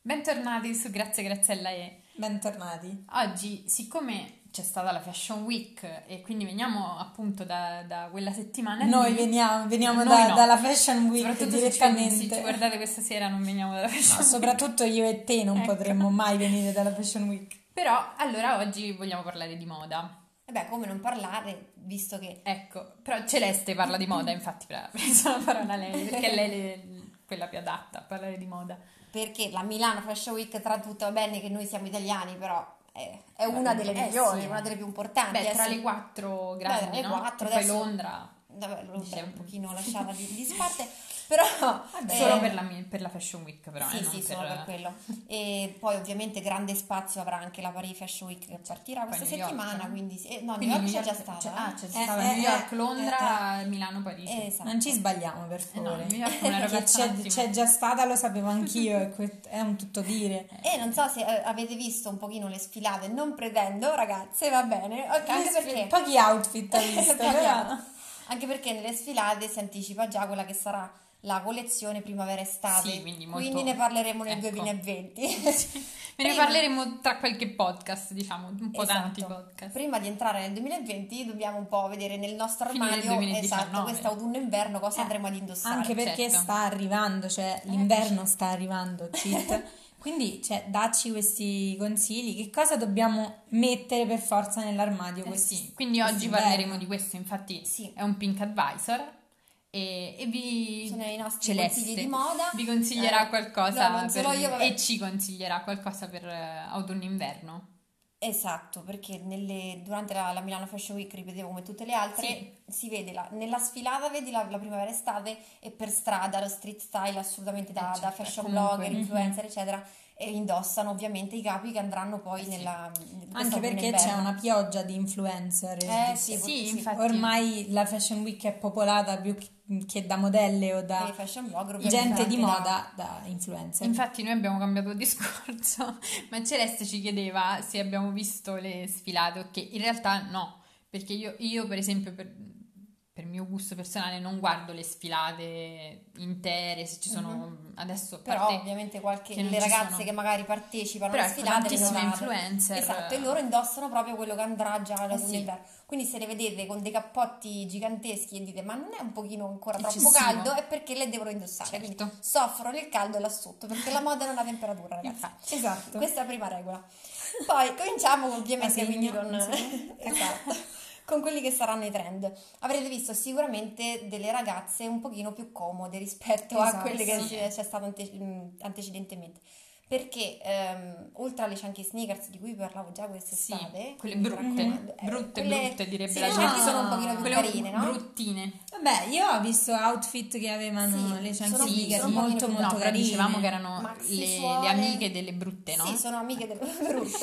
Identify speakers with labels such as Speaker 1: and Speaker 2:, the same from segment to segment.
Speaker 1: Bentornati su Grazie Graziella e
Speaker 2: Bentornati.
Speaker 1: oggi siccome c'è stata la Fashion Week e quindi veniamo appunto da, da quella settimana lì,
Speaker 2: Noi veniamo, veniamo
Speaker 1: Noi
Speaker 2: da-
Speaker 1: no.
Speaker 2: dalla Fashion Week
Speaker 1: soprattutto se ci-
Speaker 2: direttamente.
Speaker 1: se ci guardate questa sera non veniamo dalla Fashion
Speaker 3: Ah,
Speaker 2: No,
Speaker 1: Week
Speaker 2: soprattutto io e te non
Speaker 1: Ecco.
Speaker 2: potremmo mai venire dalla Fashion Week.
Speaker 1: però allora oggi vogliamo parlare di moda
Speaker 3: E beh, come non parlare, visto che
Speaker 1: ecco però Celeste parla di moda infatti ha preso la parola lei perché lei è quella più adatta a parlare di moda
Speaker 3: perché la Milano Fashion Week, tra tutte, va bene che noi siamo italiani, però è, è una delle
Speaker 1: Eh,
Speaker 3: migliori,
Speaker 1: sì.
Speaker 3: una delle più importanti. eh,
Speaker 1: beh tra
Speaker 3: Ah, Adesso-
Speaker 1: le quattro grandi
Speaker 3: Beh, le
Speaker 1: no?
Speaker 3: quattro,
Speaker 1: E poi
Speaker 3: adesso-
Speaker 1: Londra
Speaker 3: Vabbè, l'ho
Speaker 1: diciamo.
Speaker 3: un pochino lasciata di, di sparte, però...
Speaker 2: Ah
Speaker 3: eh,
Speaker 1: solo per la, mi- per la Fashion Week però eh,
Speaker 3: Sì,
Speaker 1: non
Speaker 3: sì,
Speaker 1: per-
Speaker 3: solo per quello. E poi ovviamente grande spazio avrà anche la Paris Fashion Week che partirà
Speaker 1: Poi
Speaker 3: questa
Speaker 1: New York,
Speaker 3: settimana,
Speaker 1: no?
Speaker 3: quindi... sì. Eh, no,
Speaker 1: Quindi
Speaker 3: New York c'è
Speaker 1: New
Speaker 3: già
Speaker 1: York-
Speaker 3: stata.
Speaker 1: c'è- ah, c'è
Speaker 2: Eh,
Speaker 1: stata
Speaker 2: eh,
Speaker 1: New York,
Speaker 2: eh,
Speaker 1: Londra, Milano, Parigi.
Speaker 3: Eh, Esatto.
Speaker 2: Non ci sbagliamo, per
Speaker 1: Eh, no,
Speaker 2: favore.
Speaker 1: New York è una roba
Speaker 2: Perché c'è,
Speaker 1: ottima.
Speaker 2: c'è già stata, lo sapevo anch'io, e que- è un tutto dire.
Speaker 3: E non so se eh, avete visto un pochino le sfilate, non pretendo ragazze, va bene, ok, anche perché...
Speaker 2: Pochi outfit hai visto,
Speaker 3: Pochi
Speaker 2: però.
Speaker 3: outfit. Anche perché nelle sfilate si anticipa già quella che sarà la collezione primavera-estate.
Speaker 1: Sì, quindi molto-
Speaker 3: ne parleremo nel
Speaker 1: ecco.
Speaker 3: 2020.
Speaker 1: Ve ne
Speaker 3: Prima-
Speaker 1: parleremo tra qualche podcast, diciamo, un po' tanti
Speaker 3: Esatto.
Speaker 1: podcast.
Speaker 3: Prima di entrare nel 2020 dobbiamo un po' vedere nel nostro
Speaker 1: Fine del
Speaker 3: armadio,
Speaker 1: 2019.
Speaker 3: esatto, quest'autunno-inverno cosa
Speaker 2: Eh,
Speaker 3: andremo ad indossare.
Speaker 2: Anche perché
Speaker 1: certo. Eh,
Speaker 2: sta arrivando, cioè l'inverno sta arrivando, cheat.
Speaker 3: Eh,
Speaker 2: Quindi, cioè, dacci questi consigli, che cosa dobbiamo mettere per forza nell'armadio?
Speaker 1: Eh
Speaker 2: questi-
Speaker 1: sì, quindi
Speaker 2: questi
Speaker 1: oggi
Speaker 2: inverni?
Speaker 1: parleremo di questo, infatti
Speaker 3: Sì.
Speaker 1: è un Pink Advisor e, e vi...
Speaker 3: Sono i nostri
Speaker 1: Celeste
Speaker 3: consigli di moda.
Speaker 1: Vi consiglierà
Speaker 3: Eh,
Speaker 1: qualcosa
Speaker 3: no, non
Speaker 1: per-
Speaker 3: solo io, vabbè.
Speaker 1: e ci consiglierà qualcosa per eh, autunno-inverno.
Speaker 3: Esatto, perché nelle- durante la, la Milano Fashion Week, ripetevo come tutte le altre,
Speaker 1: Sì.
Speaker 3: si vede la- nella sfilata, vedi la, la primavera estate e per strada lo street style assolutamente da,
Speaker 1: Eh,
Speaker 3: da
Speaker 1: certo,
Speaker 3: fashion
Speaker 1: comunque,
Speaker 3: blogger,
Speaker 1: mhm.
Speaker 3: influencer, eccetera, e indossano ovviamente i capi che andranno poi
Speaker 1: Eh sì.
Speaker 3: nella...
Speaker 2: Anche perché c'è una pioggia di influencer.
Speaker 3: Eh,
Speaker 2: di-
Speaker 3: sì,
Speaker 1: sì,
Speaker 3: sì,
Speaker 1: infatti.
Speaker 2: Ormai la Fashion Week è popolata più che- che da modelle o da
Speaker 3: dei fashion blogger,
Speaker 2: gente
Speaker 3: ovviamente
Speaker 2: di
Speaker 3: anche da-
Speaker 2: moda, da influencer.
Speaker 1: Infatti noi abbiamo cambiato discorso, ma Celeste ci chiedeva se abbiamo visto le sfilate, ok, in realtà no, perché io, io, per esempio per, per mio gusto personale non guardo le sfilate intere, se ci sono adesso a
Speaker 3: Mhm. Però
Speaker 1: parte-
Speaker 3: ovviamente qualche,
Speaker 1: che non
Speaker 3: le
Speaker 1: ci
Speaker 3: ragazze
Speaker 1: sono.
Speaker 3: che magari partecipano
Speaker 1: però
Speaker 3: alle
Speaker 1: ecco,
Speaker 3: sfilate le
Speaker 1: tantissime
Speaker 3: donate.
Speaker 1: influencer.
Speaker 3: Esatto, e loro indossano proprio quello che andrà già alla
Speaker 1: Eh sì.
Speaker 3: inverno. Quindi se le vedete con dei cappotti giganteschi e dite "Ma non è un pochino ancora troppo
Speaker 1: Eccessivo."
Speaker 3: caldo?" è perché le devono indossare.
Speaker 1: Certo.
Speaker 3: cioè, Quindi soffrono il caldo là sotto, perché la moda non ha temperatura, ragazzi.
Speaker 1: Infatti.
Speaker 2: Esatto.
Speaker 3: Questa è la prima regola. Poi cominciamo ovviamente
Speaker 2: Ah, sì,
Speaker 3: quindi
Speaker 2: no,
Speaker 3: con,
Speaker 2: sì.
Speaker 3: esatto, con quelli che saranno i trend. Avrete visto sicuramente delle ragazze un pochino più comode rispetto a
Speaker 2: Esatto,
Speaker 3: quelle che
Speaker 1: sì.
Speaker 3: c'è, c'è stato ante- mh, antecedentemente. Perché ehm, oltre alle chunky sneakers di cui parlavo già quest'estate,
Speaker 1: Sì, quelle
Speaker 3: quindi mi
Speaker 1: brutte,
Speaker 3: raccomando, eh,
Speaker 1: brutte,
Speaker 3: quelle-
Speaker 1: brutte, direbbe
Speaker 3: sì,
Speaker 1: la
Speaker 3: le
Speaker 2: gente.
Speaker 3: chunky sono un pochino più
Speaker 1: quelle
Speaker 3: carine, no?
Speaker 1: bruttine.
Speaker 2: Vabbè, io ho visto outfit che avevano
Speaker 3: Sì,
Speaker 2: le
Speaker 3: sono-
Speaker 2: Chunky
Speaker 3: sì,
Speaker 2: League,
Speaker 3: sono un pochino
Speaker 2: molto
Speaker 3: più-
Speaker 2: molto
Speaker 1: no, però
Speaker 2: carine.
Speaker 1: dicevamo che erano
Speaker 3: Maxi
Speaker 1: le, le
Speaker 3: suole.
Speaker 1: amiche delle brutte, no?
Speaker 3: Sì, sono amiche delle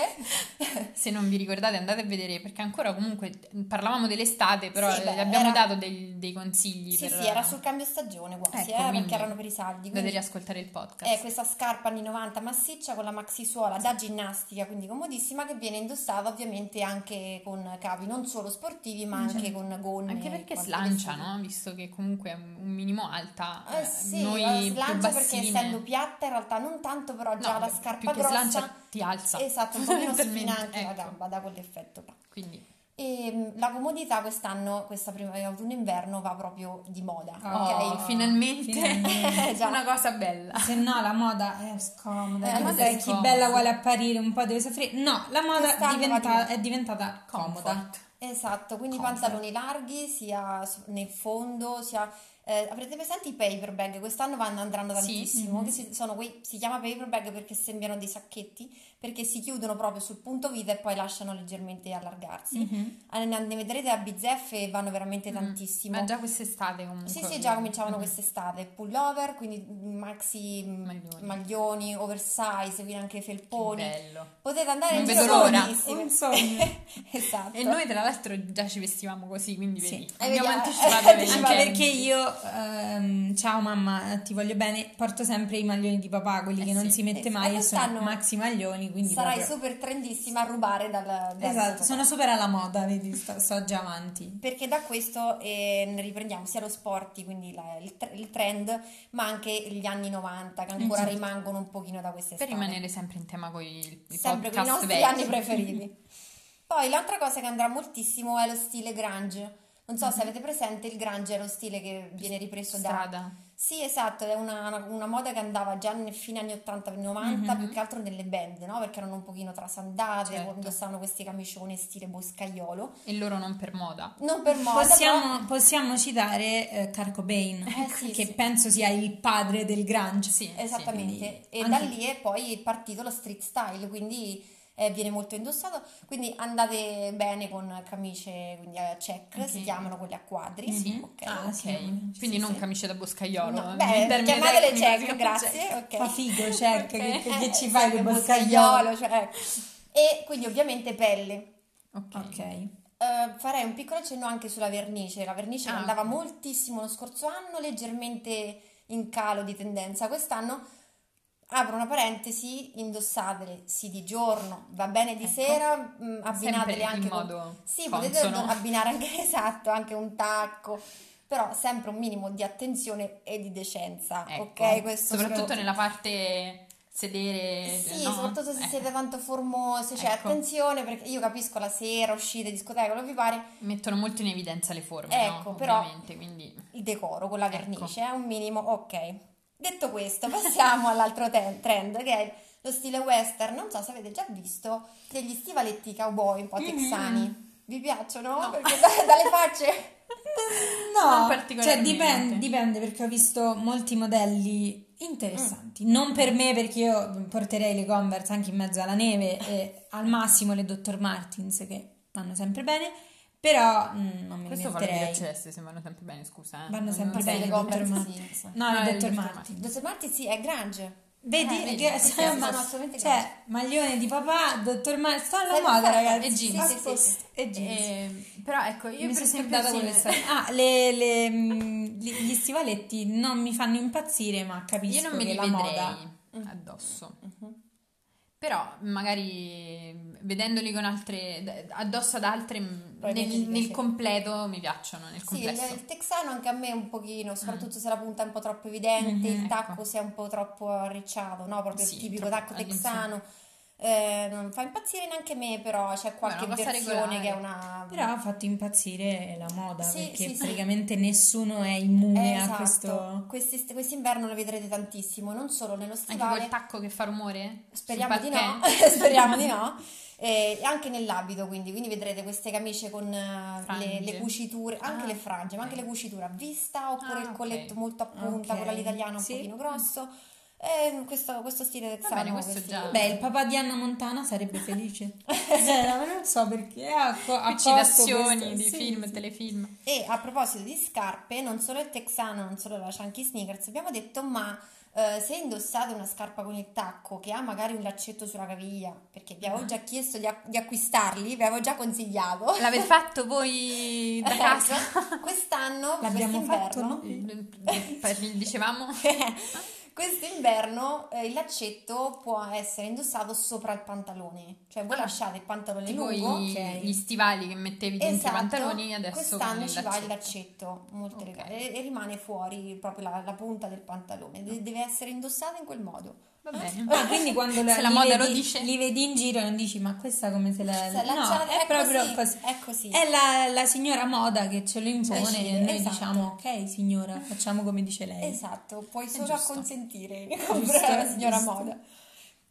Speaker 3: brutte.
Speaker 1: Se non vi ricordate andate a vedere perché ancora comunque parlavamo dell'estate, però
Speaker 3: Sì, beh,
Speaker 1: abbiamo
Speaker 3: era-
Speaker 1: dato dei, dei consigli
Speaker 3: Sì,
Speaker 1: per
Speaker 3: sì, era sul cambio stagione quasi,
Speaker 1: Ecco,
Speaker 3: eh,
Speaker 1: quindi
Speaker 3: perché erano per i saldi.
Speaker 1: andate a
Speaker 3: Quindi,
Speaker 1: riascoltare il podcast.
Speaker 3: eh, questa scarpa anni 90 massiccia con la maxi suola da ginnastica, quindi comodissima, che viene indossata ovviamente anche con cavi non solo sportivi, ma anche con gonne.
Speaker 1: Cioè, Anche perché
Speaker 3: quanti
Speaker 1: slancia,
Speaker 3: vestiti.
Speaker 1: no? Visto che comunque è un un minimo alta,
Speaker 3: Eh
Speaker 1: eh,
Speaker 3: sì,
Speaker 1: noi
Speaker 3: la
Speaker 1: più
Speaker 3: slancia perché
Speaker 1: bassine-
Speaker 3: essendo piatta in realtà non tanto, però già
Speaker 1: no,
Speaker 3: la
Speaker 1: più
Speaker 3: scarpa
Speaker 1: che
Speaker 3: grossa
Speaker 1: slancia ti alza.
Speaker 3: Esatto, un po' meno
Speaker 1: Talmente,
Speaker 3: sfina anche la
Speaker 1: ecco.
Speaker 3: gamba da quell'effetto là.
Speaker 1: Quindi
Speaker 3: E mh, la comodità quest'anno, questa primavera, autunno inverno va proprio di moda,
Speaker 2: Oh,
Speaker 3: ok?
Speaker 1: finalmente,
Speaker 2: finalmente.
Speaker 3: Eh, già.
Speaker 1: una cosa bella.
Speaker 2: Se no la moda è scomoda,
Speaker 3: Eh,
Speaker 2: che
Speaker 3: la moda
Speaker 2: sai,
Speaker 1: è
Speaker 2: chi
Speaker 1: scomoda.
Speaker 2: bella vuole apparire, un po' deve soffrire. No, la moda
Speaker 3: Quest'anno
Speaker 2: diventa-
Speaker 3: va di-
Speaker 2: è diventata comoda.
Speaker 1: Comfort.
Speaker 3: Esatto, quindi
Speaker 2: Comfort.
Speaker 3: pantaloni larghi sia s- nel fondo, sia... eh, avrete presente i paper bag? Quest'anno vanno, andranno
Speaker 1: Sì, mm-hmm.
Speaker 3: tantissimo, che si, sono quei- si chiama paper bag perché sembrano dei sacchetti, perché si chiudono proprio sul punto vita e poi lasciano leggermente allargarsi.
Speaker 1: Mm.
Speaker 2: Mhm.
Speaker 3: Ah, Ne, ne vedrete a bizzeffe e vanno veramente tantissimo.
Speaker 1: Ma Mm. già quest'estate comunque.
Speaker 3: Sì, sì, già cominciavano
Speaker 1: Mhm.
Speaker 3: quest'estate, pullover, quindi maxi mh,
Speaker 1: Maglioni.
Speaker 3: maglioni, oversize, quindi anche
Speaker 1: Che
Speaker 3: felponi.
Speaker 1: bello.
Speaker 3: Potete andare
Speaker 1: Non
Speaker 3: in
Speaker 1: vedo
Speaker 3: giro
Speaker 1: l'ora.
Speaker 3: comodissime.
Speaker 2: Eh, Un sogno.
Speaker 3: Esatto.
Speaker 1: E noi tra l'altro già ci vestivamo così, quindi
Speaker 2: Sì.
Speaker 1: vedi,
Speaker 3: Eh,
Speaker 1: abbiamo
Speaker 3: vediamo-
Speaker 1: anticipato
Speaker 3: eh,
Speaker 1: gli
Speaker 2: Anche
Speaker 3: Anche
Speaker 1: eventi.
Speaker 2: perché io ehm, ciao mamma, ti voglio bene, porto sempre i maglioni di papà, quelli
Speaker 1: Eh
Speaker 2: che non
Speaker 1: sì,
Speaker 2: si mette
Speaker 3: eh,
Speaker 2: mai
Speaker 3: ma
Speaker 2: e sono
Speaker 3: quest'anno
Speaker 2: maxi maglioni, quindi
Speaker 3: Sarai eh,
Speaker 2: proprio-
Speaker 3: super trendissima a rubare dal, dal
Speaker 2: Esatto,
Speaker 3: tuo
Speaker 2: sono super alla moda, vedi, sto, sto già avanti.
Speaker 3: Perché da questo eh, ne riprendiamo sia lo sport, quindi la- il, tr- il trend, ma anche gli anni 90 che ancora
Speaker 1: Esatto.
Speaker 3: rimangono un pochino da queste
Speaker 1: Per
Speaker 3: storie.
Speaker 1: rimanere sempre in tema con i i
Speaker 3: sempre con i
Speaker 1: podcast
Speaker 3: nostri
Speaker 1: vecchi.
Speaker 3: anni preferiti. Poi l'altra cosa che andrà moltissimo è lo stile grunge. Non so se
Speaker 1: Mhm.
Speaker 3: avete presente, il grunge è lo stile che viene ripreso da...
Speaker 1: Strada.
Speaker 3: Sì, esatto, è una, una- una moda che andava già nel fine anni 80, 90,
Speaker 2: Mm-hmm.
Speaker 3: più che altro nelle band, no? Perché erano un pochino trasandate,
Speaker 1: Certo.
Speaker 3: indossavano questi camicioni stile boscaiolo.
Speaker 1: E loro non per moda.
Speaker 3: Non per moda, però-
Speaker 2: Possiamo, possiamo citare eh, Kurt Cobain,
Speaker 3: Eh, sì,
Speaker 2: che
Speaker 3: sì.
Speaker 2: penso sia il padre del grunge.
Speaker 1: Sì, sì.
Speaker 3: Esattamente,
Speaker 2: quindi
Speaker 3: e
Speaker 2: anche-
Speaker 3: da lì è poi partito lo street style, quindi eh, viene molto indossato, quindi andate bene con camicie, quindi eh, check, si
Speaker 1: Ok.
Speaker 3: chiamano quelle a quadri,
Speaker 2: Mhm.
Speaker 3: sì, ok.
Speaker 2: Ah,
Speaker 1: Ok,
Speaker 2: sì, sì,
Speaker 1: quindi non
Speaker 3: sì.
Speaker 1: camicie da boscaiolo.
Speaker 3: No,
Speaker 1: eh,
Speaker 3: beh,
Speaker 1: in termini
Speaker 3: chiamatele
Speaker 1: tecnici,
Speaker 3: check,
Speaker 1: cioè,
Speaker 3: grazie, ok.
Speaker 2: Fa figo, check, che,
Speaker 1: Ok.
Speaker 2: che- che
Speaker 3: Eh,
Speaker 2: ci fai
Speaker 3: sempre
Speaker 2: con
Speaker 3: boscaiolo,
Speaker 2: boscagliolo?
Speaker 3: cioè, ecco. E quindi ovviamente pelle.
Speaker 1: Ok.
Speaker 2: Ok.
Speaker 3: Eh, farei un piccolo accenno anche sulla vernice, la vernice che
Speaker 1: Ah,
Speaker 3: andava
Speaker 1: ok.
Speaker 3: moltissimo lo scorso anno, leggermente in calo di tendenza quest'anno. Apro una parentesi, indossatele sì di giorno, va bene di
Speaker 1: Ecco.
Speaker 3: sera, mh, abbinatele
Speaker 1: Sempre in
Speaker 3: Mm, anche con...
Speaker 1: modo
Speaker 3: Sì, potete
Speaker 1: consono.
Speaker 3: abbinare anche, esatto, anche un tacco, però sempre un minimo di attenzione e di decenza,
Speaker 1: Ecco.
Speaker 3: ah, ok? Questo
Speaker 1: Soprattutto
Speaker 3: spero-
Speaker 1: nella parte sedere.
Speaker 3: sì,
Speaker 1: no?
Speaker 3: soprattutto se
Speaker 1: Eh,
Speaker 3: siete tanto formosi, cioè
Speaker 1: Ecco.
Speaker 3: attenzione perché io capisco la sera, uscite, discoteca, quello che vi pare,
Speaker 1: Mettono molto in evidenza le forme, no?
Speaker 3: Ecco, però-
Speaker 1: Ovviamente, quindi...
Speaker 3: il decoro con la
Speaker 1: Ecco.
Speaker 3: vernice, è un minimo, ok. Detto questo, passiamo all'altro te- trend che è lo stile western. Non so se avete già visto degli stivaletti cowboy un po'
Speaker 2: Mm-hmm.
Speaker 3: texani. Vi piacciono? Perché da- dalle facce
Speaker 1: Non
Speaker 2: No, cioè
Speaker 1: particolarmente.
Speaker 2: dipende, dipende perché ho visto molti modelli interessanti. Non per me perché io porterei le Converse anche in mezzo alla neve e al massimo le Dr. Martins che vanno sempre bene, però mm, non mi
Speaker 1: Questo fa
Speaker 2: metterei.
Speaker 1: vedere ceste, se vanno sempre bene, scusa. eh.
Speaker 2: Vanno
Speaker 1: Non-
Speaker 2: sempre
Speaker 1: non
Speaker 2: bene,
Speaker 1: sei-
Speaker 3: le
Speaker 2: Dr.
Speaker 3: Converse,
Speaker 2: Martens.
Speaker 3: sì.
Speaker 2: No,
Speaker 1: No,
Speaker 2: le
Speaker 1: le
Speaker 2: Dr.
Speaker 1: Dr.
Speaker 2: Martins.
Speaker 3: Dottor Marti sì, è grunge.
Speaker 2: Vedi,
Speaker 1: Eh, vedi,
Speaker 2: che
Speaker 1: queste
Speaker 2: siamo-
Speaker 3: sono assolutamente
Speaker 2: cioè, maglione di papà, Dottor Martins, sta alla
Speaker 3: Sì,
Speaker 2: moda
Speaker 3: sì,
Speaker 2: ragazzi.
Speaker 1: e jeans.
Speaker 2: A
Speaker 3: Sì, sì, sì,
Speaker 2: posto. E jeans.
Speaker 1: Eh, però ecco, io
Speaker 2: mi
Speaker 1: per
Speaker 2: sono
Speaker 1: esempio...
Speaker 2: sembrata
Speaker 1: sì,
Speaker 2: quella
Speaker 1: ne-
Speaker 2: Ah, le- le, mm, gli gli stivaletti non mi fanno impazzire, ma capisco
Speaker 1: Io non me
Speaker 2: che
Speaker 1: li
Speaker 2: la
Speaker 1: vedrei
Speaker 2: moda.
Speaker 3: Mm.
Speaker 1: addosso.
Speaker 3: Mhm.
Speaker 1: Però magari vedendoli con altre addosso ad altre mm, nel,
Speaker 3: Probabilmente ti
Speaker 1: nel
Speaker 3: piace.
Speaker 1: completo mi piacciono, nel
Speaker 3: Sì, il,
Speaker 1: complesso. Mm.
Speaker 3: il texano anche a me un pochino, soprattutto se la punta è un po' troppo evidente,
Speaker 2: Mhm,
Speaker 3: il
Speaker 1: ecco.
Speaker 3: tacco se è un po' troppo arricciato, no? Proprio
Speaker 1: Sì,
Speaker 3: il tipico
Speaker 1: troppo
Speaker 3: tacco
Speaker 1: all'inizio.
Speaker 3: texano. Eh, non fa impazzire neanche me, però c'è qualche
Speaker 1: una cosa regolare.
Speaker 3: versione che è una...
Speaker 2: Però ha fatto impazzire la moda,
Speaker 3: Sì,
Speaker 2: perché
Speaker 3: sì, sì.
Speaker 2: praticamente nessuno è immune
Speaker 3: Eh,
Speaker 2: a
Speaker 3: esatto.
Speaker 2: questo...
Speaker 3: Questi- quest'inverno lo vedrete tantissimo, non solo nello
Speaker 1: Anche
Speaker 3: stivale,
Speaker 1: quel tacco che fa rumore?
Speaker 3: speriamo
Speaker 1: Sul
Speaker 3: di no,
Speaker 1: parquet?
Speaker 3: speriamo di no, e anche nell'abito quindi, quindi vedrete queste camicie con eh, le, le
Speaker 1: Frange.
Speaker 3: cuciture, anche
Speaker 1: Ah,
Speaker 3: le frange, ma anche
Speaker 1: ok.
Speaker 3: le cuciture a vista, oppure
Speaker 1: Ah,
Speaker 3: il
Speaker 1: ok.
Speaker 3: colletto molto a punta,
Speaker 2: Ok,
Speaker 3: quello all'italiano un
Speaker 2: sì.
Speaker 3: pochino grosso, E mm, questo, questo stile texano.
Speaker 1: bene, questo
Speaker 3: questi-
Speaker 1: già-
Speaker 2: Beh, il papà di Anna Montana sarebbe felice. Cioè, ma non so perché ha co- ha
Speaker 1: Qui
Speaker 2: posto
Speaker 1: citazioni
Speaker 2: questo-
Speaker 1: di
Speaker 2: sì,
Speaker 1: film,
Speaker 2: sì.
Speaker 1: telefilm.
Speaker 3: E a proposito di scarpe, non solo il texano, non solo la chunky sneakers, abbiamo detto, ma eh, se indossate una scarpa con il tacco che ha magari un laccetto sulla caviglia, perché vi
Speaker 1: Ah.
Speaker 3: avevo già chiesto di, a- di acquistarli, vi avevo già consigliato,
Speaker 1: L'avete fatto voi da
Speaker 3: Ecco,
Speaker 1: casa? Mm,
Speaker 3: quest'anno,
Speaker 2: L'abbiamo fatto
Speaker 3: quest'inverno,
Speaker 2: noi?
Speaker 1: Dicevamo
Speaker 3: quest'inverno eh, il laccetto può essere indossato sopra il pantalone, cioè voi
Speaker 1: Ah.
Speaker 3: lasciate il pantalone
Speaker 1: tipo i-
Speaker 3: lungo.
Speaker 2: ok.
Speaker 1: gli stivali che mettevi dentro
Speaker 3: Esatto,
Speaker 1: i pantaloni adesso con
Speaker 3: quest'anno
Speaker 1: il
Speaker 3: ci va il
Speaker 1: laccetto.
Speaker 3: laccetto, molto
Speaker 1: Ok.
Speaker 3: elegante, e, e rimane fuori proprio la, la punta del pantalone, de- deve essere indossata in quel modo.
Speaker 1: Va bene.
Speaker 2: Ah, quindi quando
Speaker 1: Se la
Speaker 2: li
Speaker 1: moda
Speaker 2: vedi,
Speaker 1: lo dice.
Speaker 2: li vedi in giro non dici ma questa come se la...
Speaker 3: Se Cioè, la
Speaker 2: no,
Speaker 3: lanciate-
Speaker 2: è,
Speaker 3: è
Speaker 2: proprio
Speaker 3: così,
Speaker 2: così.
Speaker 3: è così.
Speaker 2: È la, la signora moda che ce lo impone
Speaker 3: Decide,
Speaker 2: e noi
Speaker 3: esatto.
Speaker 2: diciamo ok signora, facciamo come dice lei.
Speaker 3: Esatto, puoi solo
Speaker 1: giusto.
Speaker 3: acconsentire comprare la signora
Speaker 2: giusto.
Speaker 3: moda.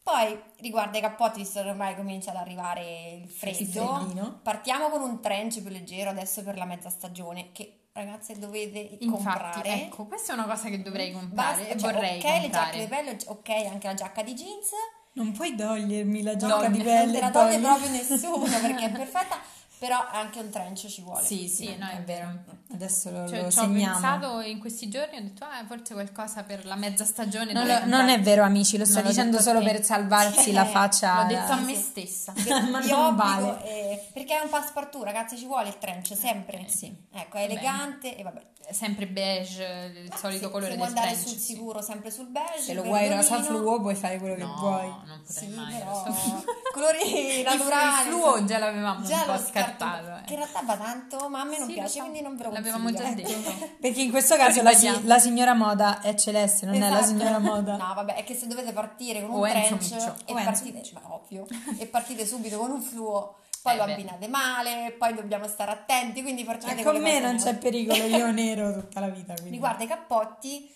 Speaker 3: Poi riguardo ai cappotti, visto che ormai comincia ad arrivare il
Speaker 2: Il
Speaker 3: freddo,
Speaker 2: freddino.
Speaker 3: partiamo con un trench più leggero adesso per la mezza stagione, che ragazze dovete
Speaker 1: Infatti,
Speaker 3: comprare.
Speaker 1: ecco, questa è una cosa che dovrei comprare
Speaker 3: Basta,
Speaker 1: e
Speaker 3: cioè,
Speaker 1: vorrei
Speaker 3: ok le giacche di
Speaker 1: comprare.
Speaker 3: pelle, ok anche la giacca di jeans,
Speaker 2: Non puoi togliermi la
Speaker 1: No,
Speaker 2: giacca di
Speaker 1: non
Speaker 2: pelle.
Speaker 3: non te la toglie
Speaker 2: Polly.
Speaker 3: proprio nessuno perché è perfetta. Però anche un trench ci vuole.
Speaker 2: Sì, sì,
Speaker 1: Sì, no, è vero.
Speaker 2: Adesso lo,
Speaker 1: Cioè,
Speaker 2: lo
Speaker 1: ci ho
Speaker 2: segniamo.
Speaker 1: pensato in questi giorni, ho detto, ah, forse qualcosa per la mezza stagione.
Speaker 2: Non,
Speaker 1: dovrei
Speaker 2: lo- non è
Speaker 1: comprare.
Speaker 2: vero, amici, lo
Speaker 1: No,
Speaker 2: sto
Speaker 1: l'ho
Speaker 2: dicendo
Speaker 1: detto a
Speaker 2: solo
Speaker 1: te.
Speaker 2: per salvarsi la
Speaker 3: Sì,
Speaker 2: faccia.
Speaker 1: L'ho detto a me
Speaker 3: cioè, Sì, sì.
Speaker 1: stessa.
Speaker 2: Ma
Speaker 3: Vi
Speaker 2: non
Speaker 3: obbligo,
Speaker 2: vale.
Speaker 3: eh, perché è un passepartout, ragazzi, ci vuole il trench sempre.
Speaker 2: Sì.
Speaker 3: Ecco, è elegante e vabbè.
Speaker 1: Sempre beige, il solito
Speaker 3: Se-
Speaker 1: colore del
Speaker 3: se vuoi andare
Speaker 1: trench,
Speaker 3: sul
Speaker 1: sì.
Speaker 3: sicuro, sempre sul beige.
Speaker 2: Se lo
Speaker 3: il
Speaker 2: vuoi rosa
Speaker 3: verdolino.
Speaker 2: fluo, puoi fare quello
Speaker 1: No,
Speaker 2: che vuoi.
Speaker 1: non potrei
Speaker 3: Sì,
Speaker 1: mai.
Speaker 3: però
Speaker 1: lo so.
Speaker 3: colori
Speaker 1: Il-
Speaker 3: naturali.
Speaker 1: Il fluo
Speaker 3: insomma.
Speaker 1: già l'avevamo un
Speaker 3: l'ho
Speaker 1: po' scartato. eh.
Speaker 3: Che in realtà va tanto, ma a me non
Speaker 1: Sì, lo
Speaker 3: piace,
Speaker 1: so.
Speaker 3: quindi non ve lo
Speaker 1: L'avevamo già
Speaker 3: consiglio. Eh,
Speaker 1: detto.
Speaker 2: Perché in questo caso la, si-
Speaker 1: Ribadiamo.
Speaker 2: la signora moda è celeste, non è la
Speaker 3: Esatto.
Speaker 2: signora moda.
Speaker 3: No, vabbè, è che se dovete partire con
Speaker 1: O
Speaker 3: un
Speaker 1: Enzo
Speaker 3: trench
Speaker 1: Miccio.
Speaker 3: e
Speaker 2: O Enzo
Speaker 3: partite, ma ovvio, e partite subito con un fluo, poi
Speaker 1: Eh
Speaker 3: lo
Speaker 1: beh.
Speaker 3: abbinate male, poi dobbiamo stare attenti, quindi
Speaker 2: Cioè,
Speaker 3: facciate
Speaker 2: con
Speaker 3: quelle
Speaker 2: me
Speaker 3: cose
Speaker 2: non c'è
Speaker 3: nuove.
Speaker 2: pericolo, io nero tutta la vita. Quindi.
Speaker 3: Riguarda i cappotti,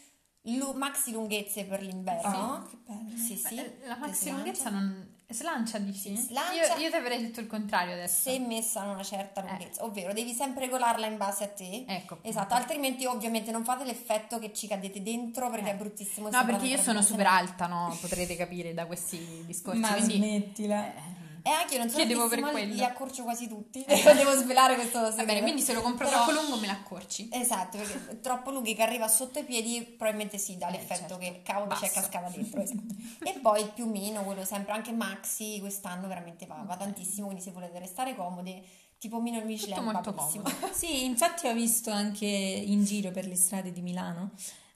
Speaker 3: lu- maxi lunghezze per l'inverno.
Speaker 2: Sì, Ah, che bello.
Speaker 3: Sì, sì.
Speaker 1: Eh, La
Speaker 3: che
Speaker 1: maxi
Speaker 3: si lancia.
Speaker 1: lunghezza non... Slancia di sì?
Speaker 3: Slancia.
Speaker 1: Io, io ti avrei detto il contrario adesso.
Speaker 3: se messa a una
Speaker 1: Eh.
Speaker 3: certa lunghezza, ovvero devi sempre regolarla in base a te.
Speaker 1: Ecco. appunto.
Speaker 3: Esatto, altrimenti ovviamente non fate l'effetto che ci cadete dentro perché
Speaker 1: Eh.
Speaker 3: è bruttissimo.
Speaker 1: No,
Speaker 3: sembrate
Speaker 1: perché io sono
Speaker 3: praticamente-
Speaker 1: super alta, no? Potrete capire da questi discorsi.
Speaker 2: Ma Eh,
Speaker 1: quindi... Eh,
Speaker 2: smettila.
Speaker 3: E Eh, anche io non sono
Speaker 1: Chiedevo per
Speaker 3: altissima,
Speaker 1: quello. Eh.
Speaker 3: li accorcio quasi tutti. Devo svelare questo segreto.
Speaker 1: Va bene, quindi se lo compro
Speaker 3: Però-
Speaker 1: troppo lungo me l'accorci.
Speaker 3: Esatto, perché troppo lunghi che arriva sotto i piedi probabilmente sì, dà
Speaker 1: Eh, certo.
Speaker 3: l'effetto che cavolo c'è
Speaker 1: Basso.
Speaker 3: cascava dentro. esatto. e poi il piumino, quello sempre, anche Maxi quest'anno veramente va, va tantissimo, quindi se volete restare comode, tipo Mino e Michelin va
Speaker 1: molto
Speaker 3: benissimo.
Speaker 2: Sì, infatti ho visto anche in giro per le strade di Milano.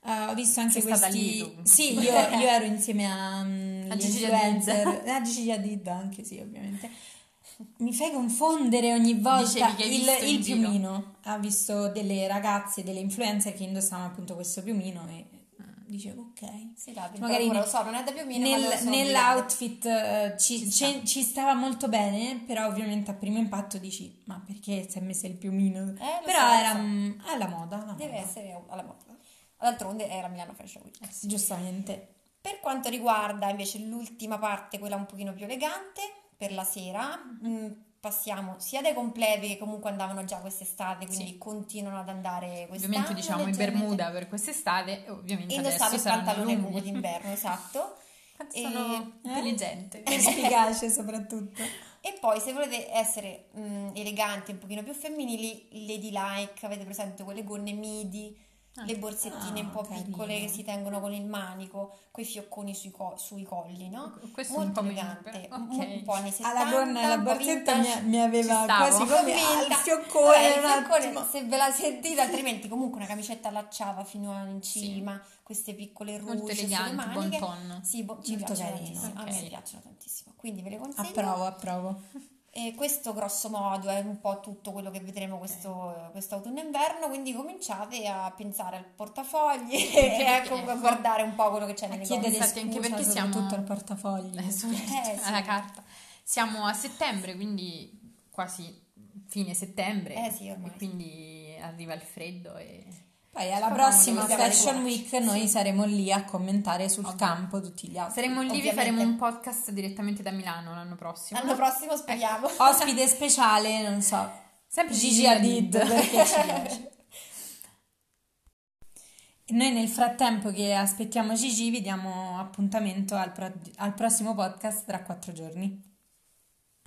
Speaker 2: eh, ho visto
Speaker 1: Sei
Speaker 2: anche
Speaker 1: stata
Speaker 2: questi.
Speaker 1: lì tu.
Speaker 2: Sì, io, io ero insieme a, mm,
Speaker 1: A
Speaker 2: gli
Speaker 1: Gigi
Speaker 2: influencer. Eh, A Gigi Hadid anche, sì, ovviamente. Mi fai confondere ogni volta
Speaker 1: Dicevi che hai
Speaker 2: il,
Speaker 1: visto in
Speaker 2: il
Speaker 1: giro.
Speaker 2: piumino. Ha visto delle ragazze, delle influencer che indossavano appunto questo piumino e
Speaker 1: Ah.
Speaker 2: dicevo ok.
Speaker 3: Sì, dà, per
Speaker 2: Cioè, Magari
Speaker 3: favore,
Speaker 2: ne-
Speaker 3: lo so, non è da piumino, ma
Speaker 2: Nel-
Speaker 3: lo so,
Speaker 2: nell'outfit eh, ci,
Speaker 1: Ci
Speaker 2: ce-
Speaker 1: sta.
Speaker 2: ci stava molto bene, però ovviamente a primo impatto dici ma perché si è messo il piumino?
Speaker 3: Eh, lo
Speaker 2: però
Speaker 3: so, lo
Speaker 2: era
Speaker 3: so.
Speaker 2: mm, alla moda, alla
Speaker 3: deve
Speaker 2: moda.
Speaker 3: essere alla moda. D'altronde era Milano Fashion Week.
Speaker 1: Eh
Speaker 2: Sì, Giustamente.
Speaker 3: Per quanto riguarda invece l'ultima parte, quella un pochino più elegante, per la sera,
Speaker 1: Mm-hmm.
Speaker 3: mh, passiamo sia dai completi che comunque andavano già quest'estate, quindi
Speaker 1: Sì.
Speaker 3: continuano ad andare quest'anno.
Speaker 1: Ovviamente diciamo in
Speaker 3: leggermente.
Speaker 1: bermuda per quest'estate e ovviamente
Speaker 3: E indossavo
Speaker 1: adesso
Speaker 3: il
Speaker 1: saranno
Speaker 3: pantalone lungo
Speaker 1: lunghi.
Speaker 3: d'inverno, esatto.
Speaker 1: Quanto
Speaker 3: E-
Speaker 1: Sono
Speaker 2: eh?
Speaker 1: intelligente.
Speaker 2: Perspicace soprattutto.
Speaker 3: E poi se volete essere mh, eleganti, un pochino più femminili, lady like, avete presente quelle gonne midi,
Speaker 1: Ah.
Speaker 3: le borsettine un po'
Speaker 2: Ah,
Speaker 3: piccole
Speaker 2: carino.
Speaker 3: che si tengono con il manico, quei fiocconi sui, co- sui colli, no?
Speaker 1: Questo
Speaker 3: Molto
Speaker 1: è un po' meno,
Speaker 3: elegante,
Speaker 1: però-
Speaker 3: un-
Speaker 1: ok.
Speaker 3: un po' anni 70,
Speaker 2: Alla gonna e alla
Speaker 3: un po'
Speaker 2: borsetta mi,
Speaker 3: vintage.
Speaker 2: mi aveva
Speaker 1: Ci stavo.
Speaker 2: quasi
Speaker 3: Con
Speaker 2: come ah, il
Speaker 3: vintage.
Speaker 2: fioccone
Speaker 3: Vabbè, il
Speaker 2: un
Speaker 3: fioccone,
Speaker 2: attimo.
Speaker 3: se ve la sentite, altrimenti comunque una camicetta allacciava fino in cima, queste piccole
Speaker 1: Molto
Speaker 3: rouge sulle
Speaker 1: elegante, buon
Speaker 3: maniche.
Speaker 1: ton.
Speaker 3: Sì, bo- ci
Speaker 2: Molto
Speaker 3: piacciono
Speaker 2: carino,
Speaker 3: tantissimo, a me
Speaker 1: ok.
Speaker 3: piacciono tantissimo, quindi ve le consiglio.
Speaker 2: Approvo, approvo.
Speaker 3: Ecco, E questo grosso modo è un po' tutto quello che vedremo questo, questo autunno e inverno, quindi cominciate a pensare al portafogli e a
Speaker 1: perché-
Speaker 3: comunque guardare un po' quello che c'è
Speaker 2: A
Speaker 3: nelle
Speaker 2: chiedere
Speaker 1: infatti,
Speaker 2: scusa
Speaker 1: anche
Speaker 2: anche
Speaker 1: perché
Speaker 2: perché
Speaker 1: siamo-
Speaker 2: soprattutto al portafoglio.
Speaker 1: Eh, sono
Speaker 3: Eh, sì.
Speaker 1: alla carta. Siamo a settembre, quindi quasi fine settembre.
Speaker 3: Eh, sì, ormai.
Speaker 1: E quindi arriva il freddo e...
Speaker 2: Poi alla
Speaker 1: Speriamo
Speaker 2: prossima
Speaker 1: che siamo
Speaker 2: Fashion
Speaker 3: arrivati.
Speaker 2: Week noi saremo lì a commentare sul campo tutti gli altri.
Speaker 1: Saremo lì, vi
Speaker 3: Ovviamente.
Speaker 1: faremo un podcast direttamente da Milano l'anno prossimo.
Speaker 3: L'anno prossimo speriamo.
Speaker 2: Ospite speciale, non so,
Speaker 1: Sempre
Speaker 2: Gigi Hadid, perché ci piace. Noi nel frattempo che aspettiamo Gigi vi diamo appuntamento al pro- al prossimo podcast tra quattro giorni.